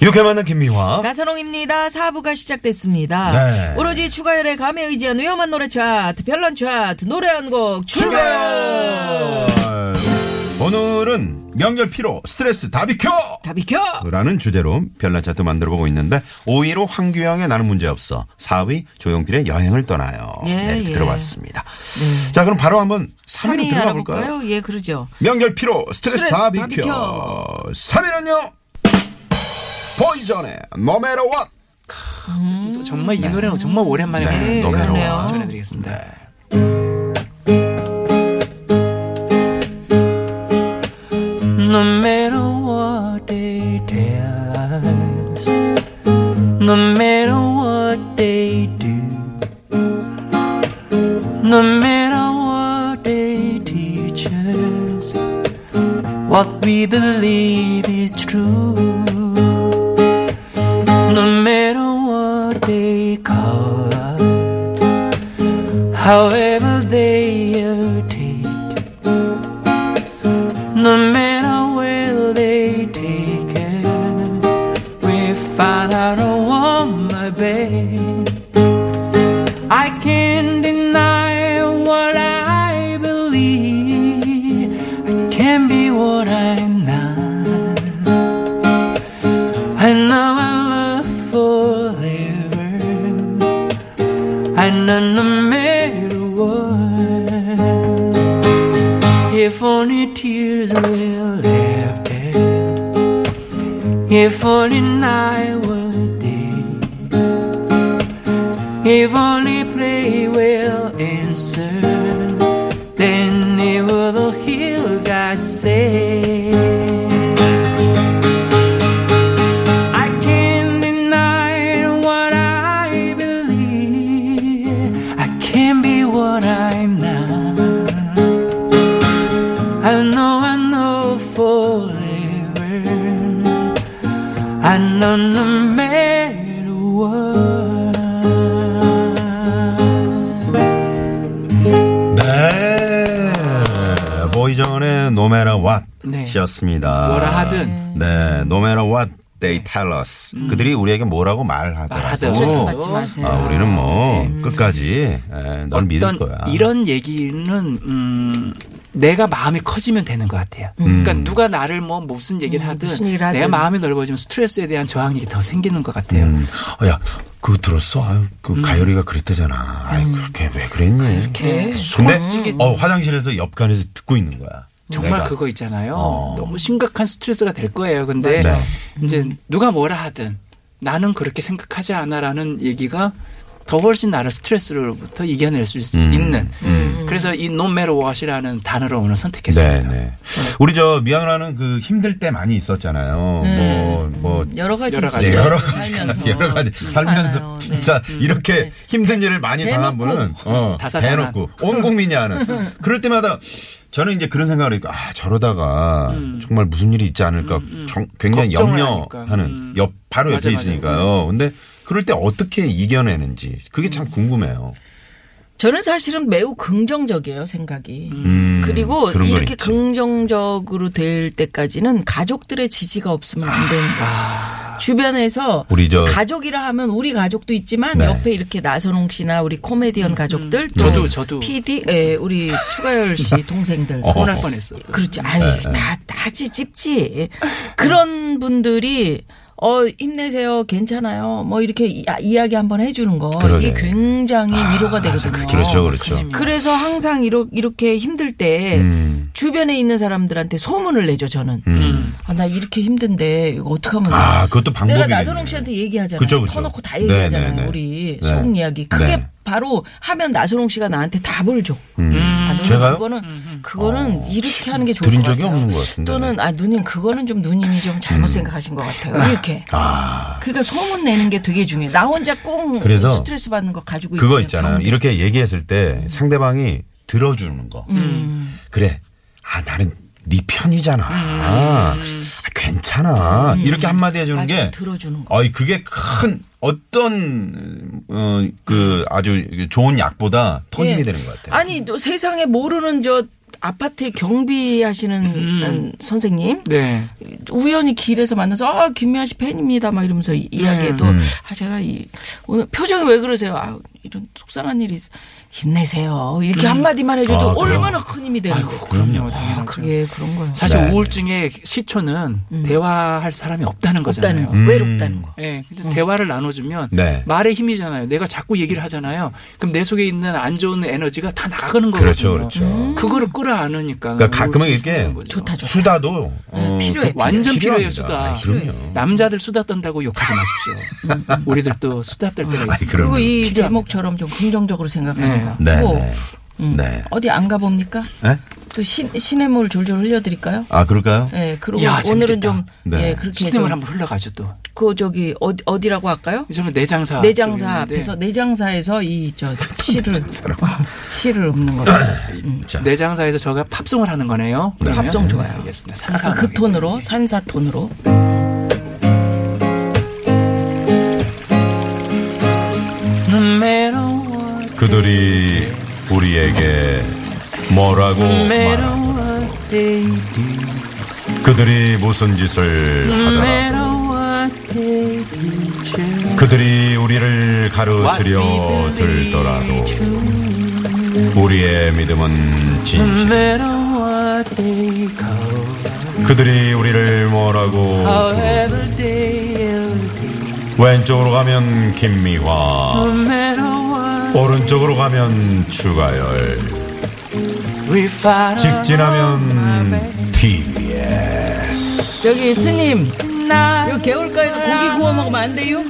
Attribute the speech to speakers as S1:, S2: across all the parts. S1: 이렇게 만난 김미화.
S2: 나선홍입니다. 사부가 시작됐습니다.
S1: 네.
S2: 오로지 추가열의 감에 의지한 위험한 노래 차트, 별난 차트, 노래 한 곡 추가열!
S1: 오늘은 명절 피로 스트레스 다 비켜!
S2: 다 비켜!
S1: 라는 주제로 별난 차트 만들어 보고 있는데 5위로 황규영의 나는 문제 없어 4위 조용필의 여행을 떠나요.
S2: 예,
S1: 네, 이렇게
S2: 예.
S1: 들어봤습니다. 자, 그럼 바로 한번 3위로 들어가 볼까요?
S2: 예, 그러죠.
S1: 명절 피로 스트레스,
S2: 스트레스
S1: 다 비켜.
S2: 다 비켜.
S1: 3위는요. 보이전의 No Matter What.
S3: 정말 이 노래는 정말 오랜만에
S1: 네,
S3: 부르는
S1: 너무
S3: 노래를
S2: 좋네요.
S3: 전해드리겠습니다. No matter what they does, no matter what they do, no matter what they teach us, what we believe is true. No matter what they call us, however they take, no matter where they take us, we find out I want my babe. I can't deny what I believe. I can be what I'm not. I know I love forever. And no matter what, if only tears were laughter, if only night were day, if only play will answer, then it will heal God say. I can't deny what I believe. I can be what I'm not. I know I know forever. I know no matter what.
S1: 네. 뭐 보이전의 No Matter
S3: 네.
S1: What이었습니다.
S3: 뭐라 하든. 음.
S1: 네, no matter what they tell us. 그들이 우리에게 뭐라고
S3: 아, 말하든.
S2: 스트레스
S1: 말하더라도.
S2: 받지 마세요.
S1: 아, 우리는 뭐 끝까지 에, 널 믿을
S3: 네. 어떤
S1: 거야.
S3: 이런 얘기는 음, 내가 마음이 커지면 되는 것 같아요. 그러니까 누가 나를 뭐 무슨 얘기를 하든
S2: 음. 무슨 일을 하든.
S3: 내 마음이 넓어지면 스트레스에 대한 저항력이 더 생기는 것 같아요.
S1: 음. 어, 야, 그거 들었어? 아유, 그
S3: 음.
S1: 가열이가 그랬대잖아. 아유, 그렇게 왜 그랬니?
S2: 이렇게.
S1: 근데
S3: 솔직히-
S1: 어, 화장실에서 옆간에서 듣고 있는 거야.
S3: 음. 정말
S1: 내가.
S3: 그거 있잖아요.
S1: 어.
S3: 너무 심각한 스트레스가 될 거예요. 근데
S1: 맞아요.
S2: 그렇죠.
S3: 이제
S2: 음.
S3: 누가 뭐라 하든 나는 그렇게 생각하지 않아라는 얘기가 더 훨씬 나를 스트레스로부터 이겨낼 수 있-
S1: 음.
S3: 있는. 그래서 이 no matter what이라는 단어를 오늘
S1: 네,
S3: 선택했습니다.
S1: 네. 우리 저 미안하는 그 힘들 때 많이 있었잖아요.
S3: 음.
S1: 뭐, 뭐,
S2: 여러 가지
S3: 여러 가지.
S1: 네,
S3: 맞아요.
S1: 여러 가지, 여러 가지 살면서
S2: 많아요. 네.
S1: 진짜 이렇게 힘든 일을 많이 당한
S2: 대놓고.
S1: 분은 어,
S3: 다사다난.
S1: 대놓고 온 국민이 아는 그럴 때마다 저는 이제 그런 생각을 하니까 아 저러다가
S2: 음.
S1: 정말 무슨 일이 있지 않을까 정- 굉장히
S3: 걱정을
S1: 염려하는
S3: 하니까. 음.
S1: 옆 바로 옆에
S3: 맞아, 맞아.
S2: 음.
S1: 있으니까요. 근데 그럴 때 어떻게 이겨내는지 그게 참 궁금해요.
S2: 저는 사실은 매우 긍정적이에요, 생각이.
S1: 음,
S2: 그리고
S1: 그런 건
S2: 이렇게
S1: 있지.
S2: 긍정적으로 될 때까지는 가족들의 지지가 없으면 안 된다. 주변에서
S1: 아. 우리 저-
S2: 가족이라 하면 우리 가족도 있지만
S1: 예. 네. 음.
S2: 옆에 이렇게 나선홍 씨나 우리 코미디언 가족들 또
S3: 음, 저도, 저도.
S2: PD 예, 우리 추가열
S1: 어.
S2: 씨 동생들
S3: 서운할 뻔했어.
S2: 그렇지. 아이,
S1: 네,
S2: 다, 다지, 찝지. 그런 분들이, 어, 힘내세요. 괜찮아요. 뭐, 이렇게 이, 야기 한번 해주는 거.
S1: 그러네.
S2: 이게 굉장히 위로가 되거든요.
S1: 아, 그렇죠, 그렇죠.
S2: 래서 항상 이러, 이렇게 힘들 때,
S1: 음.
S2: 주변에 있는 사람들한테 소문을 내죠, 저는.
S3: 음.
S2: 아, 나 이렇게 힘든데, 이거 어떡하면.
S1: 아, 그것도 방법이네.
S2: 내가 나선홍 씨한테 얘기하잖아요.
S1: 그쵸, 그쵸.
S2: 터놓고 다
S1: 네,
S2: 얘기하잖아요.
S1: 네, 네.
S2: 우리
S1: 네.
S2: 속 이야기. 그게
S1: 네.
S2: 바로 하면 나선홍 씨가 나한테 답을 줘.
S1: 음.
S2: 아, 너는
S1: 제가요? 어.
S2: 그거는 그거는 이렇게 하는 게 좋을
S1: 들은
S2: 것
S1: 적이
S2: 같아요.
S1: 없는 것 같은데.
S2: 또는 아 누님 그거는 좀 누님이 좀 잘못 생각하신 것 같아요. 이렇게.
S1: 아.
S2: 그러니까 소문 내는 게 되게 중요해. 요나 혼자 꽁
S1: 그래서
S2: 스트레스 받는 거 가지고
S1: 그거
S2: 있으면
S1: 있잖아요.
S2: 병들어.
S1: 이렇게 얘기했을 때 상대방이 들어주는 거.
S2: 음.
S1: 그래. 아, 나는 네 편이잖아. 아, 괜찮아. 이렇게 한마디 해주는
S2: 맞아,
S1: 게.
S2: 들어주는 거.
S1: 어이, 그게 큰 어떤, 어, 그 아주 좋은 약보다 더 힘이
S2: 예.
S1: 되는 것 같아요.
S2: 아니 또 세상에 모르는 저 아파트 경비하시는 음, 선생님
S3: 네.
S2: 우연히 길에서 만나서 아 김미아 씨 팬입니다 막 이러면서 이- 이야기해도
S3: 음,
S2: 아 제가 이 오늘 표정이 왜 그러세요? 아 이런 속상한 일이 있어. 힘내세요. 이렇게 한마디만 해줘도
S1: 아, 그래요?
S2: 얼마나 큰 힘이 되는
S3: 음. 아이고,
S2: 거.
S3: 그럼요.
S2: 아,
S3: 당연하죠.
S2: 그게 그런 거예요.
S3: 사실
S1: 네,
S3: 우울증의 시초는 대화할 사람이
S2: 음. 없다는
S3: 없다는 거잖아요. 음.
S2: 거, 음. 외롭다는 거.
S3: 예, 근데 대화를 나눠주면
S1: 네.
S3: 말의 힘이잖아요. 내가 자꾸 얘기를 하잖아요. 그럼 내 속에 있는 안 좋은 에너지가 다 나가는
S1: 그렇죠,
S3: 거거든요.
S1: 그렇죠.
S3: 거를 끌어안으니까.
S1: 그러니까 가끔은
S3: 우울증이
S1: 이렇게
S3: 생기는 거죠.
S2: 음. 좋다 좋다.
S1: 수다도
S2: 네, 필요해,
S1: 그-
S3: 완전 필요해요,
S1: 필요합니다.
S3: 수다.
S1: 아, 그럼요.
S3: 남자들 수다 떤다고 욕하지 마십시오. 우리들도 수다 떨 때가
S1: 아니,
S3: 있습니다.
S2: 그리고
S1: 그러면.
S2: 이 제목처럼 좀 긍정적으로 생각하는
S3: 네.
S2: 거.
S1: 네,
S2: 뭐,
S1: 네.
S2: 음,
S1: 네.
S2: 어디 안 가봅니까?
S1: 네?
S2: 또 시, 시냇물 졸졸 흘려드릴까요?
S1: 아, 그럴까요?
S2: 네, 그리고
S3: 야,
S2: 오늘은
S3: 재밌겠다.
S2: 좀
S1: 네.
S2: 예, 그렇게
S3: 시스템을
S2: 좀
S3: 한번 흘러가죠 또.
S2: 그 저기 어디, 어디라고 할까요?
S3: 이제는
S1: 아,
S3: 내장사.
S2: 내장사
S3: 쪽인데
S2: 앞에서 내장사에서 이 저 씨를 씨를 읊는 거.
S1: 자,
S3: 내장사에서 저가 팝송을 하는 거네요. 그러면?
S2: 팝송 좋아요.
S3: 알겠습니다.
S2: 아까
S3: 산사하게.
S2: 그 톤으로 산사 톤으로.
S3: No matter what,
S1: 그들이 우리에게 뭐라고
S3: no matter
S1: 말하고
S3: what they
S1: 그들이 무슨 짓을
S3: No
S1: 하더라
S3: matter what they do,
S1: 그들이 우리를
S3: what we
S1: 가르치려
S3: believe
S1: 들더라도
S3: true.
S1: 우리의 믿음은
S3: No
S1: 진실
S3: matter what they go,
S1: 그들이 우리를 뭐라고 부르
S3: however they do.
S1: 왼쪽으로 가면 김미화
S3: No matter what
S1: 오른쪽으로 가면 추가열
S3: we fight
S1: 직진하면 TBS
S2: 저기 스님,
S3: 나
S2: 요 개울가에서 고기 구워 먹으면 안 돼요?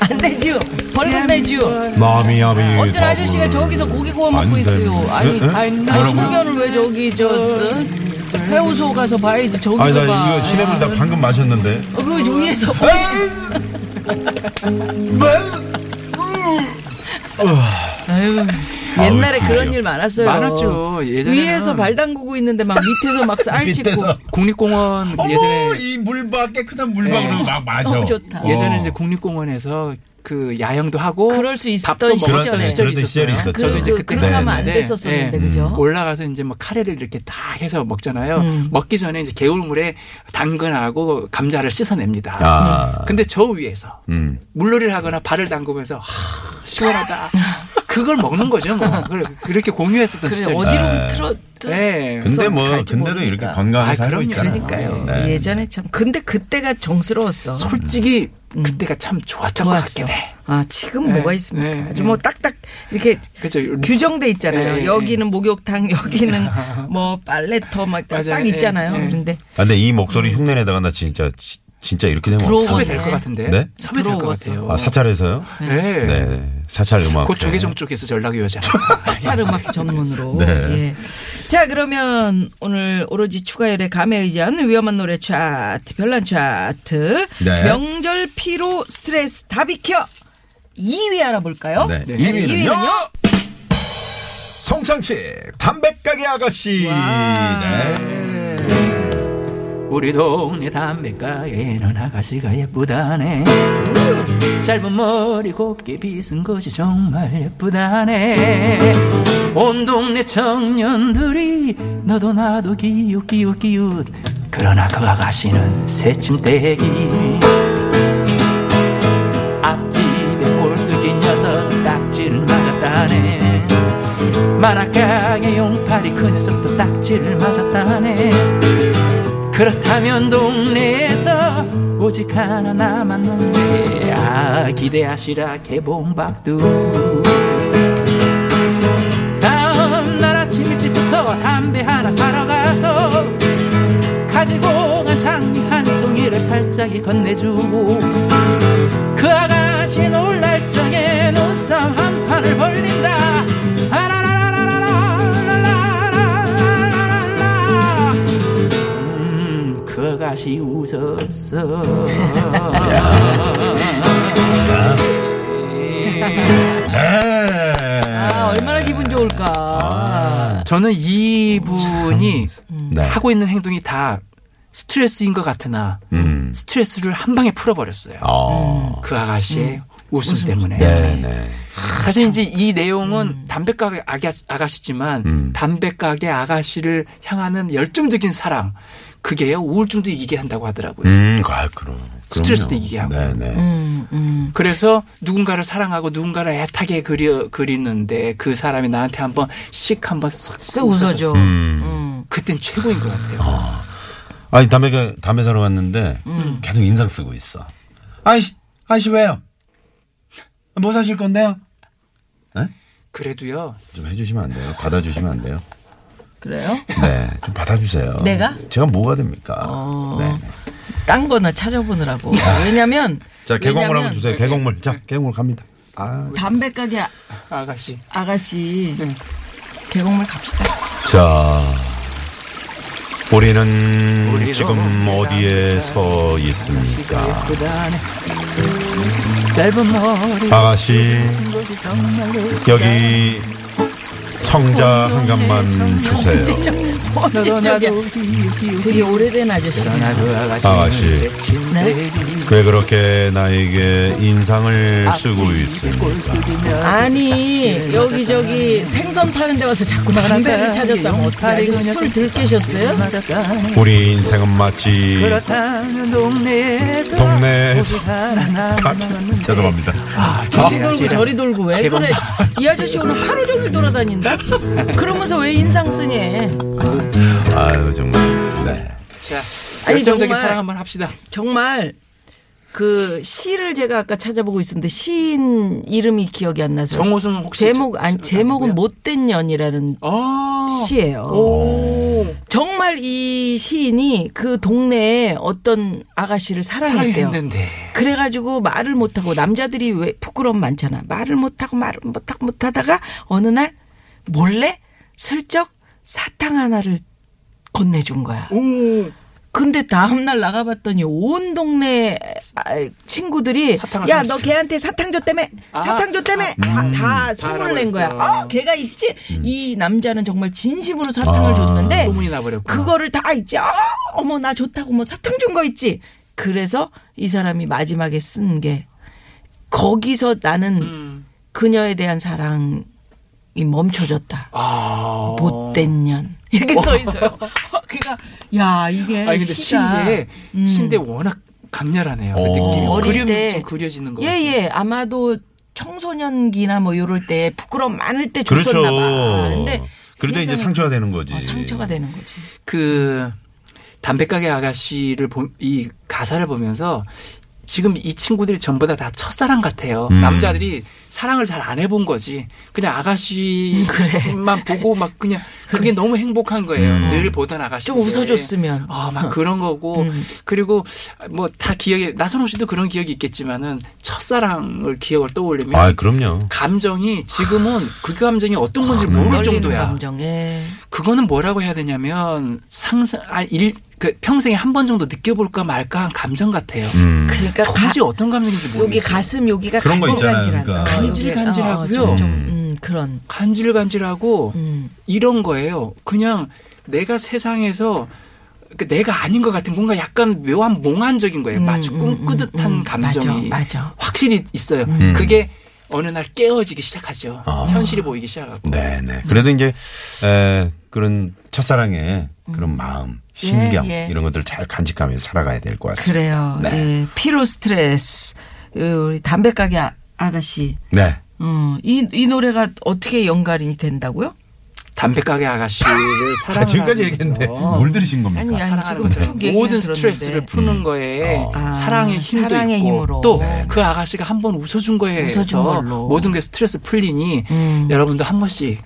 S2: 안 되죠. 벌금
S3: 네.
S2: 내죠.
S1: 나미야미
S2: 어떤 아저씨가 저기서 고기 구워 먹고
S1: 네. 안
S2: 있어요.
S1: 됩니다.
S2: 아니,
S1: 에? 에?
S2: 아니,
S1: 네. 뭐라고요?
S2: 소견을 왜 저기 저 어? 해우소 가서 봐야지 저기서
S1: 아니 나
S2: 봐.
S1: 이거 시내물 아! 다 방금 마셨는데
S2: 어, 그 위에서
S1: 뭐?
S2: 아유, 옛날에
S1: 아우,
S2: 그런
S1: 정말요.
S2: 일 많았어요.
S3: 많았죠. 예전에는
S2: 위에서 발 담그고 있는데 막 밑에서 막 쌀 씻고
S1: 밑에서
S3: 국립공원 예전에
S1: 이 물바 깨끗한
S3: 네.
S1: 막 마셔
S2: 뭐. 너무 좋다.
S1: 어.
S3: 예전에 이제 국립공원에서 그 야영도 하고
S2: 그럴 수 있던
S3: 밥도 먹었던
S2: 시절에.
S3: 시절이
S1: 그랬던 시절이
S3: 있었어요.
S1: 있었죠. 음,
S3: 저도 이제
S2: 그-
S3: 그때 네,
S2: 그렇게 하면 안
S3: 갔었는데,
S2: 됐었었는데, 그죠?
S3: 올라가서 이제 뭐 카레를 이렇게 다 해서 먹잖아요.
S2: 음.
S3: 먹기 전에 이제 개울물에 당근하고 감자를 씻어냅니다.
S1: 아.
S3: 근데 저 위에서
S1: 음.
S3: 물놀이를 하거나 발을 담그면서 하, 시원하다. 그걸 먹는 거죠. 뭐. 그래, 그렇게 공유했었던
S2: 그래
S3: 시절이
S2: 어디로
S1: 네.
S2: 틀어
S3: 네.
S1: 근데 뭐
S2: 갈지
S1: 근데도
S2: 모르니까.
S1: 이렇게 건강하게
S3: 아,
S1: 살고
S3: 그럼요.
S1: 있잖아요.
S2: 그러니까요.
S1: 네.
S2: 예전에 참 근데 그때가 정스러웠어.
S3: 솔직히 그때가 참 좋았던 것
S2: 음. 좋았어.
S3: 같긴 해.
S2: 아 지금
S3: 네,
S2: 뭐가 있습니까?
S3: 네,
S2: 아주
S3: 네.
S2: 뭐 딱딱 이렇게
S3: 그죠.
S2: 규정돼 있잖아요.
S3: 네, 네.
S2: 여기는 목욕탕, 여기는 뭐 빨래터 막
S3: 맞아요.
S2: 딱 있잖아요.
S3: 네, 네.
S2: 그런데
S1: 아, 근데 이 목소리 흉내내다가 나 진짜 지- 진짜 이렇게 되면
S2: 들어오고
S3: 섭외
S1: 어떡하지?
S3: 될것 같은데.
S1: 네?
S3: 섭외 될것
S2: 들어오겠어.
S3: 같아요.
S1: 아, 사찰에서요?
S3: 네.
S1: 네. 사찰 음악.
S3: 곧 조계종 쪽에서 연락이 오지 않을까.
S1: 아,
S2: 사찰 음악 전문으로.
S1: 네.
S2: 예. 자, 그러면 오늘 오로지 추가열의 감에 의지한 위험한 노래 차트, 별난 차트.
S1: 네.
S2: 명절 피로 스트레스 다 비켜. 2위 알아볼까요?
S1: 네.
S3: 네.
S1: 2위는요?
S2: 어? 이위는요?
S1: 송창식 담배가게 아가씨.
S2: 와.
S1: 네.
S3: 우리 동네 담배가에는 아가씨가 예쁘다네 짧은 머리 곱게 빗은 것이 정말 예쁘다네 온 동네 청년들이 너도 나도 기웃기웃기웃 그러나 그 아가씨는 새침대기 앞집에 꼴뚜기 녀석 딱지를 맞았다네 마라카게 용팔이 그 녀석도 딱지를 맞았다네 그렇다면 동네에서 오직 하나 남았는데 아 기대하시라 개봉박두 다음 날 아침 일찍부터 담배 하나 사러 가서 가지고 간 장미 한 송이를 살짝 건네주고 그 아가씨 놀랄 적에 눈썹 한 판을 벌린다 아라라라라라라라라라 다시 음, 웃었어.
S2: 아,
S1: 네.
S2: 얼마나 기분
S1: 아.
S2: 좋을까.
S3: 저는 이분이
S1: 네.
S3: 하고 있는 행동이 다 스트레스인 것 같으나
S1: 음.
S3: 스트레스를 한 방에 풀어버렸어요.
S1: 어.
S3: 그 아가씨의 웃음, 때문에.
S1: 네, 네.
S3: 사실 이제 이 내용은 담배 가게 아가씨, 아가씨지만
S1: 음.
S3: 담배 가게 아가씨를 향하는 열정적인 사랑 그게요 우울증도 이기게 한다고 하더라고요.
S1: 음, 아, 그럼.
S3: 스트레스도 이기게 하고.
S1: 네, 네.
S2: 음, 음.
S3: 그래서 누군가를 사랑하고 누군가를 애타게 그려 그리는데 그 사람이 나한테 한번 씩 한번 쓱
S2: 쓱 웃어줘.
S3: 웃어줘.
S1: 음.
S2: 음.
S3: 그땐 최고인 것 같아요.
S1: 아니 담배 담배 사러 왔는데 계속 인상 쓰고 있어. 아이씨 아이씨 왜요? 뭐 사실 건데요?
S3: 그래도요
S1: 좀 해주시면 안 돼요? 받아주시면 안 돼요?
S2: 그래요?
S1: 네, 좀 받아주세요.
S2: 내가?
S1: 제가 뭐가 됩니까?
S2: 어.
S1: 네. 네.
S2: 딴 거나 찾아보느라고. 왜냐면.
S1: 자 개곡물
S2: 왜냐면
S1: 한번 주세요. 개곡물. 자 개곡물 갑니다. 아,
S2: 담배 가게 아-
S3: 아가씨
S2: 아가씨. 계곡물 갑시다.
S1: 자 우리는
S3: 우리로
S1: 지금 어디에 서 있습니까?
S3: 예쁘다네.
S1: 음.
S3: 짧은 머리
S1: 아가씨
S3: 긴 것이 정말로
S1: 여기 청자 한 갑만 주세요.
S2: 진짜
S3: 너도
S2: 언제적이야.
S3: 나도 비우기
S2: 되게 오래된 아저씨야.
S3: 나도
S1: 아가씨.
S3: 아가씨
S2: 네?
S1: 왜 그렇게 나에게
S3: 아,
S1: 인상을 네, 쓰고
S3: 뭐
S1: 있습니까?
S2: 아,
S3: 있습니까?
S2: 아니 여기저기 생선 파는 데 와서 자꾸 담배를 찾았어 어떻게 술
S3: 네,
S2: 들깨셨어요?
S1: 우리 인생은 마치
S3: 그렇다면 동네에서
S1: 동네에서
S3: 그렇죠. 우리 하나
S1: 가- 죄송합니다.
S2: 저리 돌고 저리 돌고 왜 그래 이 아저씨 오늘 하루 종일 돌아다닌다? 그러면서 왜 인상 쓰니?
S1: 아유 정말. 네.
S2: 아니,
S3: 열정적인
S2: 정말.
S3: 사랑 한번 합시다.
S2: 정말 그 시를 제가 아까 찾아보고 있었는데 시인 이름이 기억이 안 나서
S3: 정호승 혹시
S2: 제목 아니
S3: 저-
S2: 제목은
S3: 아니고요?
S2: 못된 연이라는
S3: 아.
S2: 시예요.
S3: 오.
S2: 정말 이 시인이 그 동네에 어떤 아가씨를 사랑했대요.
S3: 사랑했는데.
S2: 그래가지고 말을 못하고 남자들이 왜 부끄러움 많잖아. 말을 못하고 말을 못하고 못하다가 어느 날 몰래 슬쩍 사탕 하나를 건네준 거야.
S3: 오.
S2: 근데 다음날 나가봤더니 온 동네 아, 친구들이
S3: 사탕을
S2: 야
S3: 하나씩
S2: 너 걔한테 사탕 줬다며
S3: 아, 음.
S2: 사탕 줬다며 다, 다 소문을 낸 거야
S3: 알아버렸어.
S2: 어 걔가 있지 이 남자는 정말 진심으로 사탕을 줬는데
S3: 소문이 나버렸고.
S2: 그거를 다 있지 어, 어머 나 좋다고 뭐 사탕 준 거 있지 그래서 이 사람이 마지막에 쓴 게 거기서 나는
S3: 음.
S2: 그녀에 대한 사랑이 멈춰졌다
S3: 아.
S2: 못된 년 이렇게 써 있어요 그러니까 야 이게
S3: 아니 근데
S2: 시가
S3: 신데 신데 워낙 강렬하네요. 그
S1: 어.
S3: 느낌이
S2: 음. 어릴
S3: 그림이
S2: 때-
S3: 좀 그려지는 거 같아요.
S2: 예예 아마도 청소년기나 뭐 요럴 때 부끄러움 많을 때
S1: 그렇죠.
S2: 줬었나 봐. 근데
S1: 그런데 이제
S2: 세상에-
S1: 상처가 되는 거지.
S2: 어, 상처가 되는 거지.
S3: 그 담배가게 아가씨를 보, 이 가사를 보면서 지금 이 친구들이 전부 다, 다 첫사랑 같아요.
S1: 음.
S3: 남자들이 사랑을 잘 안 해본 거지. 그냥 아가씨만 보고 막 그냥 그게 너무 행복한 거예요.
S1: 음.
S3: 늘 보던 아가씨.
S2: 좀 웃어줬으면.
S3: 아, 막 그런 거고.
S2: 음.
S3: 그리고 뭐 다 기억에 나선호 씨도 그런 기억이 있겠지만은 첫사랑을 기억을 떠올리면
S1: 아 그럼요.
S3: 감정이 지금은 그 감정이 어떤 건지 모를
S2: 음. 떨리는
S3: 정도야.
S2: 감정에
S3: 그거는 뭐라고 해야 되냐면 상상 아일그 평생에 한 번 정도 느껴볼까 말까 한 감정 같아요.
S1: 음.
S2: 그러니까 가,
S3: 도대체 어떤 감정인지 모르겠어요.
S2: 여기 가슴 여기가
S1: 그런 거 있잖아요,
S2: 간질간질한
S1: 그러니까.
S2: 거.
S3: 간질간질하고요.
S2: 여기, 어, 좀, 좀, 음, 그런.
S3: 간질간질하고
S2: 음.
S3: 이런 거예요. 그냥 내가 세상에서 그 내가 아닌 것 같은 뭔가 약간 묘한 몽환적인 거예요. 마치
S2: 음, 음,
S3: 꿈꾸듯한
S2: 음, 음.
S3: 감정이
S2: 맞아, 맞아.
S3: 확실히 있어요. 그게 어느 날 깨어지기 시작하죠.
S1: 음. 아.
S3: 현실이 보이기 시작하고.
S1: 네네. 그래도 이제 에, 그런 첫사랑의 그런 마음, 심경
S2: 예, 예.
S1: 이런 것들 잘 간직하면서 살아가야 될 것 같습니다.
S2: 그래요.
S1: 네.
S2: 예, 피로 스트레스. 어, 우리 담배 가게 아, 아가씨.
S1: 네.
S2: 음, 이, 이 노래가 어떻게 연관이 된다고요?
S3: 담배가게 아가씨를 사랑하는
S1: 지금까지 얘기했는데
S3: 음.
S1: 뭘 들으신 겁니까?
S2: 아니, 아니,
S3: 그러니까 사랑하는
S2: 지금
S3: 거죠.
S2: 쭉 얘기는
S3: 모든
S2: 들었는데.
S3: 스트레스를
S1: 음.
S3: 푸는 거에
S1: 어.
S2: 아,
S3: 사랑의 힘도
S2: 사랑의
S3: 있고
S2: 힘으로.
S3: 또
S2: 네,
S3: 그 아가씨가 한 번 웃어준 거에
S2: 웃어준
S3: 해서
S2: 걸로.
S3: 모든 게 스트레스 풀리니
S2: 음.
S3: 여러분도 한 번씩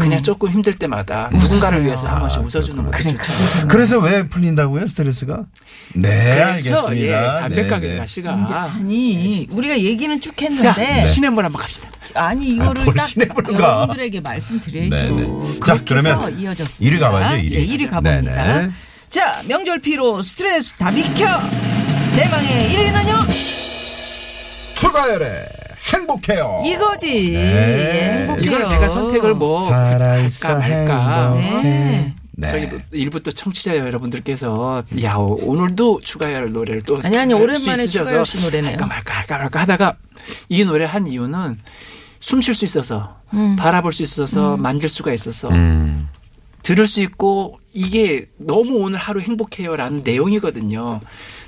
S3: 그냥 조금 힘들 때마다 누군가를 위해서 한 번씩
S1: 아,
S3: 웃어주는 거죠.
S2: 그러니까.
S1: 그래서 왜 풀린다고요 스트레스?가 네
S3: 그래서 예,
S1: 알겠습니다. 네,
S3: 담배가게
S1: 네.
S2: 음,
S3: 아가씨가
S2: 아니, 우리가 얘기는 쭉
S3: 자 네.
S2: 했는데.
S3: 시냇물 한번 갑시다.
S2: 아니, 이거를
S1: 아, 뭘
S2: 딱
S1: 시내부른 거야.
S2: 여러분들에게 말씀드려야죠.
S1: 네, 네.
S2: 그렇게
S1: 자,
S2: 자,
S1: 그러면
S2: 그러면 해서 이어졌습니다.
S1: 이리 가봐야죠, 이리.
S2: 네, 1위 가봅니다.
S1: 네, 네.
S2: 자, 명절 피로 스트레스 다 비켜. 대망의 1위는요?
S1: 추가열에 행복해요.
S2: 이거지.
S1: 네.
S2: 예, 행복해요.
S3: 이걸 제가 선택을 뭐
S1: 살아있어
S3: 할까 말까. 뭐
S1: 행복해.
S2: 네.
S1: 네.
S3: 저희 또 일부 또 청취자 여러분들께서 야 오- 오늘도 추가열 노래를 또
S2: 아니, 아니,
S3: 할수
S2: 오랜만에
S3: 있으셔서
S2: 추가열 씨 노래네요.
S3: 할까 말까 할까 말까 하다가 이 노래 한 이유는 숨 쉴 수 있어서
S2: 음.
S3: 바라볼 수 있어서 만질 수가 있어서
S1: 음.
S3: 들을 수 있고 이게 너무 오늘 하루 행복해요라는 내용이거든요.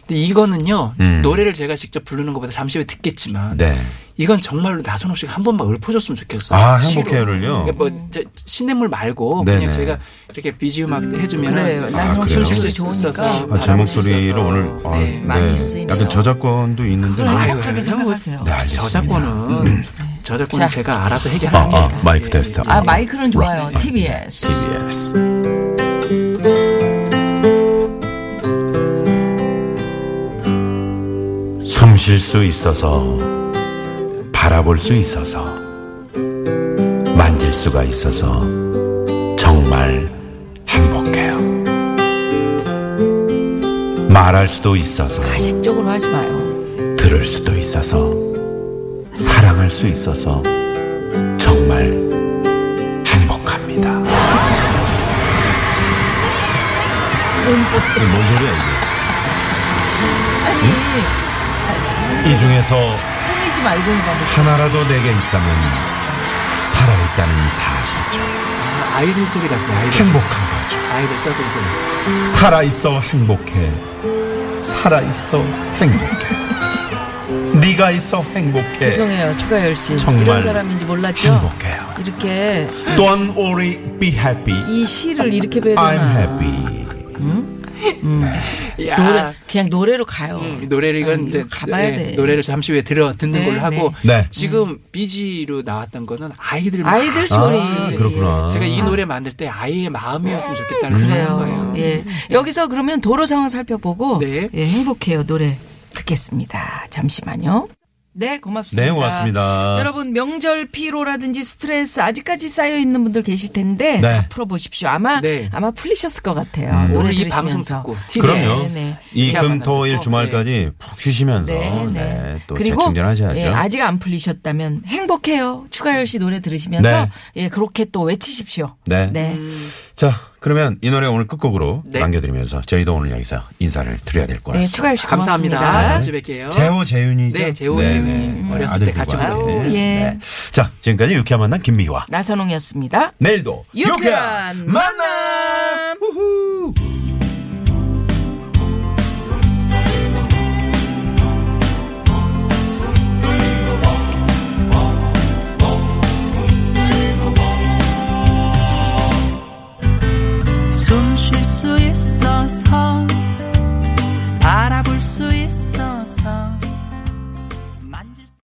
S3: 근데 이거는요
S1: 음.
S3: 노래를 제가 직접 부르는 것보다 잠시 후에 듣겠지만
S1: 네.
S3: 이건 정말로 나선홍 씨가 한 번만 읊어줬으면 좋겠어요.
S1: 아,
S3: 시로.
S1: 행복해요를요?
S3: 그러니까
S2: 음.
S3: 뭐 저, 시냇물 말고
S1: 네네.
S3: 그냥 제가 이렇게 비지 음악 아, 해주면
S2: 그래요.
S1: 나선홍 씨 목소리
S2: 좋으니까.
S1: 아, 제 목소리로 오늘 아,
S3: 네.
S2: 많이 쓰이네요.
S1: 약간 저작권도 있는데
S2: 그걸
S1: 아,
S3: 아유,
S2: 행복하게
S3: 그래서 뭐-
S2: 생각하세요.
S1: 네, 알겠습니다. 음.
S3: 저작권은 저작권은
S2: 자.
S3: 제가 알아서
S1: 아,
S3: 해결합니다.
S1: 아, 마이크 테스트.
S2: 아, 마이크는 좋아요.
S1: 네.
S2: TBS.
S1: TBS. 숨 쉴 수 있어서 바라볼 수 있어서 만질 수가 있어서 정말 행복해요. 말할 수도 있어서
S2: 가식적으로 하지 마요.
S1: 들을 수도 있어서 사랑할 수 있어서 정말 행복합니다. 뭔 소리야
S2: 아니,
S1: 이게? 이 중에서
S2: 꾸미지 말고 해봐.
S1: 하나라도 내게 있다면 살아있다는 사실이죠.
S3: 아, 아이들 소리 같아. 아이들 소리.
S1: 행복한 거죠.
S3: 아이들 떠드는 소리.
S1: 살아있어 행복해. 살아있어 행복해. 네가 있어 행복해.
S2: 죄송해요. 추가열 씨.
S1: 정말
S2: 이런 사람인지 몰랐죠?
S1: 행복해요.
S2: 이렇게
S1: Don't worry, be happy.
S2: 이 시를 이렇게 배우나
S1: I'm happy.
S3: 야.
S2: 노래 그냥 노래로 가요.
S3: 음, 노래를 이건
S2: 아니,
S3: 이제
S2: 이거 가봐야
S3: 예,
S2: 돼.
S3: 노래를 잠시 후에 들어 듣는
S2: 네,
S3: 걸로 하고
S1: 네.
S3: 지금 비지로 나왔던 거는 아이들 마음.
S2: 아이들 소리.
S1: 아, 그렇구나.
S3: 제가 이 노래 만들 때 아이의 마음이었으면 좋겠다는 생각인
S2: 그래요.
S3: 거예요.
S2: 예. 여기서 그러면 도로 상황 살펴보고
S3: 네.
S2: 예, 행복해요 노래 듣겠습니다. 잠시만요. 네, 고맙습니다.
S1: 네, 고맙습니다.
S2: 여러분 명절 피로라든지 스트레스 아직까지 쌓여 있는 분들 계실 텐데
S1: 네.
S2: 다 풀어 보십시오. 아마
S3: 네.
S2: 아마 풀리셨을 것 같아요.
S1: 음.
S2: 노래
S3: 오늘 이
S2: 들으시면서.
S3: 방송 듣고
S1: 그럼요.
S3: TBS.
S2: 네, 네.
S1: 이 금, 토, 일
S3: 듣고,
S1: 주말까지 푹 쉬시면서
S2: 네,
S1: 네,
S2: 네.
S1: 또
S2: 그리고
S1: 재충전하셔야죠.
S2: 예, 아직 안 풀리셨다면 행복해요. 추가열 씨 노래 들으시면서
S1: 네.
S2: 예 그렇게 또 외치십시오.
S1: 네.
S3: 음.
S1: 자, 그러면 이 노래 오늘 끝곡으로
S3: 네.
S1: 남겨드리면서 저희도 오늘 여기서 인사를 드려야 될 것
S2: 네,
S1: 같습니다.
S2: 추가열 씨
S3: 감사합니다.
S2: 고맙습니다.
S3: 다음
S1: 네.
S3: 주에 뵐게요.
S1: 재호 재윤이죠.
S3: 네, 재호, 재윤이. 어렸을 때 같이
S1: 아들들과.
S3: 보냈어요.
S1: 네.
S2: 예.
S1: 네. 자, 지금까지 유쾌한 만남 김미화.
S2: 나선홍이었습니다.
S1: 내일도
S2: 유쾌한 만남!
S1: 만남! 우후.